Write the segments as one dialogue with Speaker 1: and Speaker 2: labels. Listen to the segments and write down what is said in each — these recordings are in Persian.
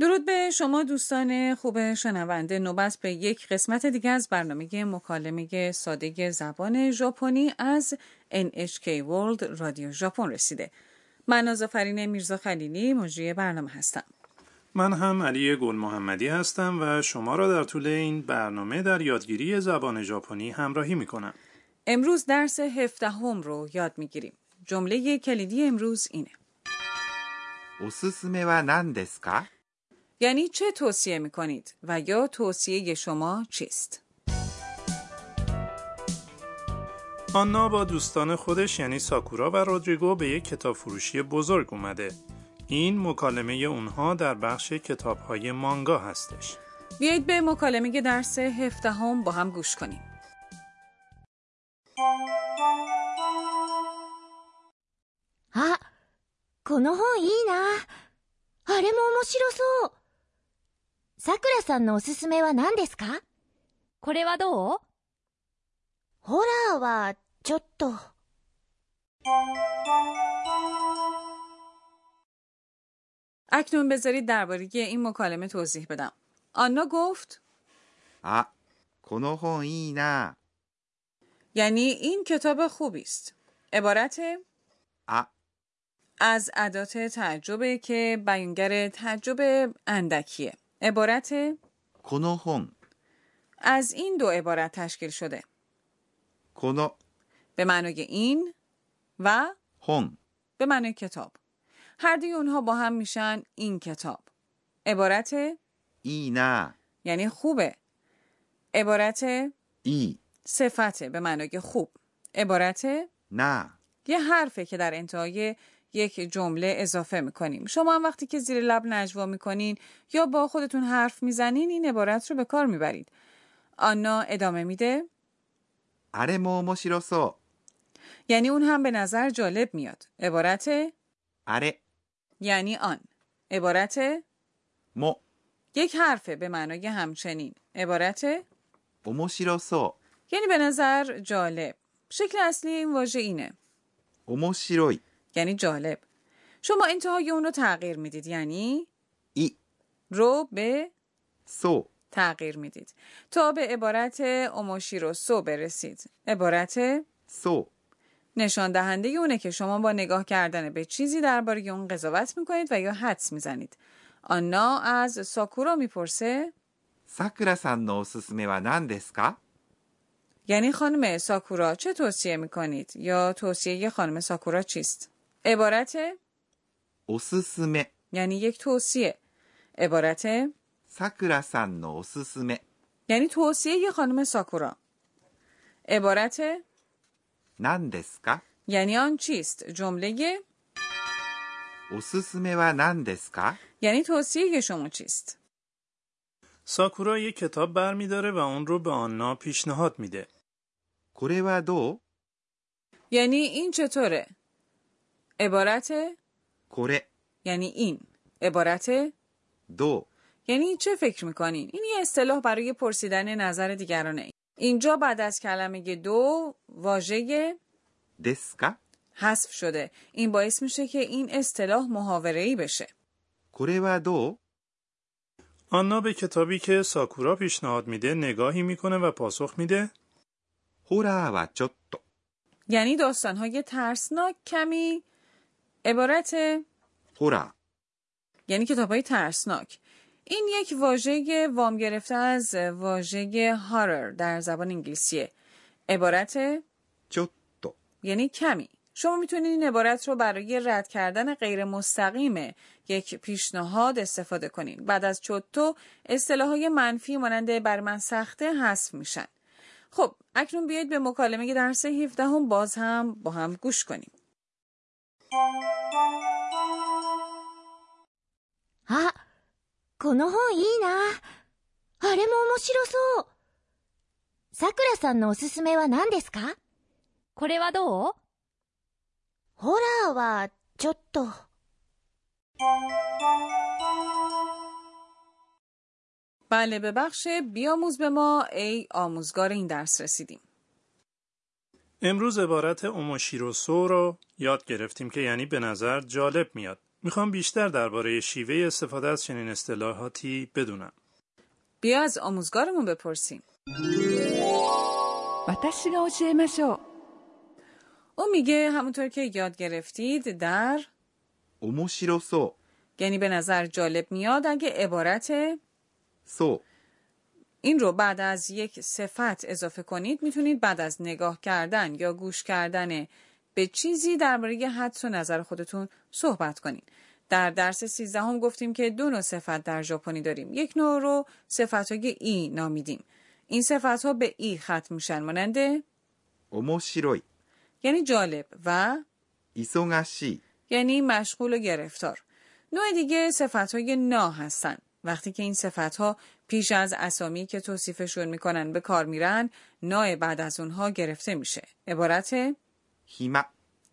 Speaker 1: درود به شما دوستان خوب شنونده نوبت به یک قسمت دیگه از برنامه مکالمه ساده زبان ژاپنی از NHK World رادیو ژاپن رسیده. من آزافرین میرزا خلیلی مجری برنامه هستم.
Speaker 2: من هم علی گل محمدی هستم و شما را در طول این برنامه در یادگیری زبان ژاپنی همراهی می کنم.
Speaker 1: امروز درس هفدهم رو یاد میگیریم. جمله کلیدی امروز اینه.
Speaker 3: おすすめは何ですか
Speaker 1: یعنی چه توصیه می کنید و یا توصیه شما چیست؟
Speaker 2: آنا با دوستان خودش یعنی ساکورا و رودریگو به یک کتاب فروشی بزرگ اومده. این مکالمه اونها در بخش کتاب های مانگا هستش.
Speaker 1: بیایید به مکالمه درس هفدهم با هم گوش کنیم.
Speaker 4: あ、この本いいな。あれも面白そう。さくらさんのおすすめは何ですかこれはどうホラーは、ちょっと。
Speaker 1: اکنون بذارید درباره این مکالمه توضیح بدم. آنا گفت
Speaker 3: あ、この本いいな。
Speaker 1: یعنی این کتاب خوبی است. عبارت
Speaker 3: あ、
Speaker 1: از ادات تعجبه که بیانگر تعجب اندکیه. عبارت
Speaker 3: この本、
Speaker 1: از این دو عبارت تشکیل شده.
Speaker 3: この
Speaker 1: به معنای این و
Speaker 3: 本、
Speaker 1: به معنای کتاب. هر دوی اونها با هم میشن این کتاب. عبارت
Speaker 3: いいな。
Speaker 1: یعنی خوبه. عبارت
Speaker 3: いい、
Speaker 1: صفته به معنای خوب. عبارت
Speaker 3: な。
Speaker 1: یه حرفه که در انتهای یک جمله اضافه میکنیم. شما هم وقتی که زیر لب نجوا میکنین یا با خودتون حرف میزنین این عبارت رو به کار میبرید. آنا ادامه میده
Speaker 3: あれも面白そう。
Speaker 1: یعنی اون هم به نظر جالب میاد. عبارت
Speaker 3: あれ
Speaker 1: یعنی آن. عبارت
Speaker 3: も
Speaker 1: یک حرفه به معنای همچنین. عبارت
Speaker 3: 面白そ
Speaker 1: یعنی به نظر جالب. شکل اصلی این واژه اینه.
Speaker 3: う。面白い、
Speaker 1: یعنی جالب. شما انتهای اون رو تغییر میدید یعنی
Speaker 3: い、
Speaker 1: رو به
Speaker 3: そ
Speaker 1: تغییر میدید تا به عبارت اوموشیرو سو برسید عبارت
Speaker 3: う、そう、
Speaker 1: نشان دهنده اونه که شما با نگاه کردن به چیزی درباره اون قضاوت میکنید و یا حدس میزنید آنا از ساکورا میپرسه
Speaker 3: さくらさんのおすすめは何ですか
Speaker 1: یعنی خانم ساکورا چه توصیه میکنید یا توصیه خانم ساکورا چیست عبارت
Speaker 3: おすすめ、
Speaker 1: یعنی یک توصیه عبارت
Speaker 3: さくらさんのおすすめ、
Speaker 1: یعنی توصیه خانم ساکورا عبارت
Speaker 3: 何ですか
Speaker 1: یعنی آن چیست جمله
Speaker 3: おすすめは何ですか
Speaker 1: یعنی توصیه شما چیست
Speaker 2: ساکورا یک کتاب برمیداره و اون رو به آنا پیشنهاد میده.
Speaker 3: これはどう
Speaker 1: یعنی این چطوره عبارت
Speaker 3: これ、
Speaker 1: یعنی این عبارت
Speaker 3: ど
Speaker 1: یعنی چه فکر میکنین این یه اصطلاح برای پرسیدن نظر دیگرانه اینجا بعد از کلمه دو واژه
Speaker 3: うですか
Speaker 1: حذف شده این باعث میشه که این اصطلاح محاوره ای بشه
Speaker 3: これはどう
Speaker 2: آنا به کتابی که ساکورا پیشنهاد میده نگاهی میکنه و پاسخ میده
Speaker 3: ホラーはちょっと、
Speaker 1: یعنی داستانهای ترسناک کمی عبارت
Speaker 3: ホラ
Speaker 1: یعنی کتاب های ترسناک این یک واژه وام گرفته از واژه هارر در زبان انگلیسیه عبارت
Speaker 3: ー、ちょっと、
Speaker 1: یعنی کمی شما میتونید این عبارت رو برای رد کردن غیر مستقیم یک پیشنهاد استفاده کنین بعد از چوتو اصطلاح های منفی مانند بر من سخته حذف میشن خب اکنون بیایید به مکالمه درس 17 هم باز هم با هم گوش کنیم
Speaker 4: あ、この本いいな。あれも面白そう。さくらさんのおすすめは何ですかこれはどうホラーは、ちょっと。
Speaker 1: بله به بخش بیاموز به ما ای آموزگار این درس رسیدیم
Speaker 2: امروز عبارت اوموشیروسو رو یاد گرفتیم که یعنی به نظر جالب میاد. میخوام بیشتر درباره شیوه استفاده از چنین اصطلاحاتی بدونم.
Speaker 1: بیا از آموزگارمون بپرسیم.
Speaker 5: 私が教えましょう
Speaker 1: او میگه همونطور که یاد گرفتید در
Speaker 3: 面白そ
Speaker 1: یعنی به نظر جالب میاد اگه عبارت
Speaker 3: う。そ
Speaker 1: این رو بعد از یک صفت اضافه کنید میتونید بعد از نگاه کردن یا گوش کردن به چیزی درباره حدس و نظر خودتون صحبت کنید. در درس 13 هم گفتیم که دو نوع صفت در ژاپنی داریم. یک نوع رو صفت های ای نامیدیم. این صفت ها به ای ختم میشن مانند
Speaker 3: う。面白い。
Speaker 1: یعنی جالب و
Speaker 3: 忙しい。
Speaker 1: یعنی مشغول و گرفتار. نوع دیگه صفت های نا هستن. وقتی که این صفت ها پیش از اسامی که توصیفشون میکنن به کار میرن، نا بعد از اونها گرفته میشه. عبارت
Speaker 3: 暇。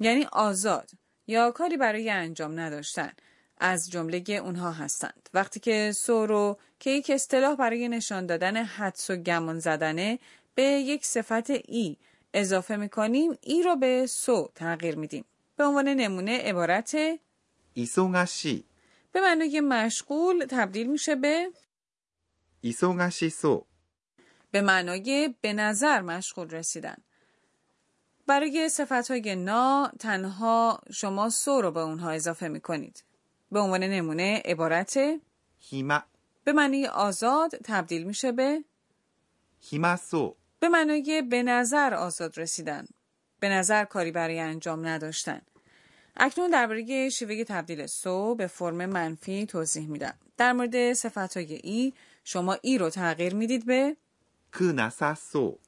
Speaker 1: یعنی آزاد یا کاری برای انجام نداشتن از جمله اونها هستند. وقتی که سورو که یک اصطلاح برای نشان دادن حدس و گمان زدنه به یک صفت ای اضافه میکنیم ای را به سو تغییر میدیم. به عنوان نمونه عبارت
Speaker 3: 忙し
Speaker 1: به معنای مشغول تبدیل میشه به
Speaker 3: い。忙しそ
Speaker 1: به معنای به نظر مشغول رسیدن. برای صفت های نا تنها شما سو رو به اونها اضافه می کنید. به عنوان نمونه عبارت
Speaker 3: う。暇。
Speaker 1: به معنی آزاد تبدیل میشه به
Speaker 3: 暇そ
Speaker 1: به معنای به نظر آزاد رسیدن. به نظر کاری برای انجام نداشتن. اکنون درباره شیوه تبدیل سو به فرم منفی توضیح میدم. در مورد صفت های ای شما ای رو تغییر میدید به
Speaker 3: う。くなさそ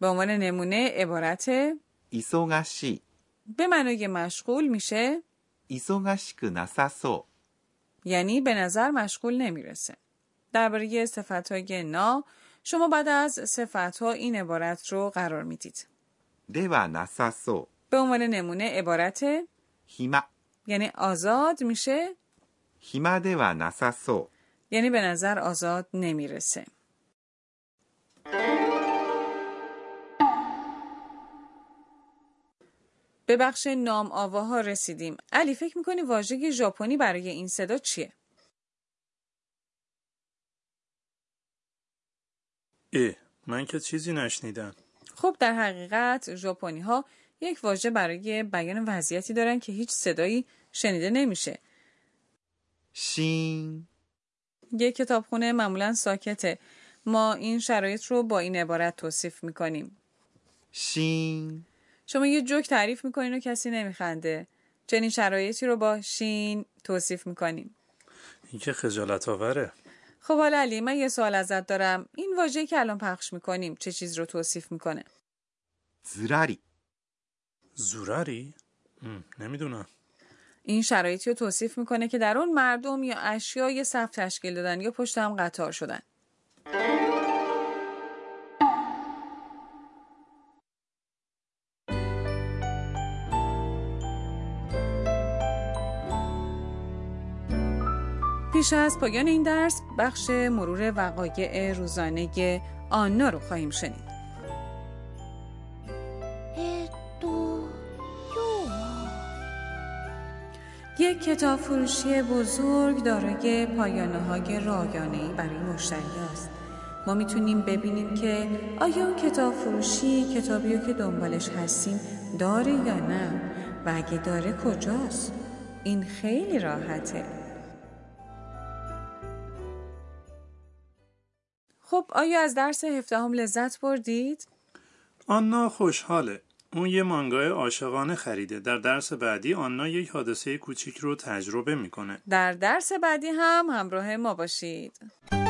Speaker 1: به عنوان نمونه عبارت
Speaker 3: う。忙し
Speaker 1: به معنای مشغول میشه
Speaker 3: い。忙しくなさそ
Speaker 1: یعنی به نظر مشغول نمیرسه. درباره صفت های نا شما بعد از صفت ها این عبارت رو قرار میدید.
Speaker 3: う。ではなさそう。
Speaker 1: به عنوان نمونه عبارت
Speaker 3: 暇。
Speaker 1: یعنی آزاد میشه
Speaker 3: 暇ではなさそ
Speaker 1: یعنی به نظر آزاد نمیرسه. به بخش نام آواها رسیدیم. علی فکر میکنی واژه ژاپنی برای این صدا چیه؟
Speaker 2: اه من که چیزی نشنیدم.
Speaker 1: خب در حقیقت ژاپنی ها یک واژه برای بیان وضعیتی دارن که هیچ صدایی شنیده نمیشه.
Speaker 3: う。しーん。
Speaker 1: یک کتابخونه معمولا ساکته. ما این شرایط رو با این عبارت توصیف میکنیم.
Speaker 3: しーん。
Speaker 1: شما یه جوک تعریف میکنین و کسی نمیخنده. چنین شرایطی رو با شین توصیف میکنیم.
Speaker 2: این که خجالت آوره.
Speaker 1: خب حالا علی من یه سوال ازت دارم. این واژه که الان پخش میکنیم چه چیز رو توصیف میکنه؟
Speaker 3: ずらり。
Speaker 2: زورری؟ ام، نمیدونم.
Speaker 1: این شرایطی رو توصیف میکنه که در اون مردم یا اشیا یه صف تشکیل دادن یا پشت هم قطار شدن. پیش از پایان این درس بخش مرور وقایع روزانه آنا رو خواهیم شنید.
Speaker 4: えっと今日は
Speaker 1: یک کتاب فروشی بزرگ دارای پایانه های رایانه ای برای مشتری است. ما میتونیم ببینیم که آیا اون کتاب فروشی کتابی رو که دنبالش هستیم داره یا نه و اگه داره کجاست؟ این خیلی راحته. خب آیا از درس هفدهم لذت بردید؟
Speaker 2: آنا خوشحاله. اون یه مانگای عاشقانه خریده. در درس بعدی آنا یک حادثه کوچیک رو تجربه میکنه.
Speaker 1: در درس بعدی هم همراه ما باشید.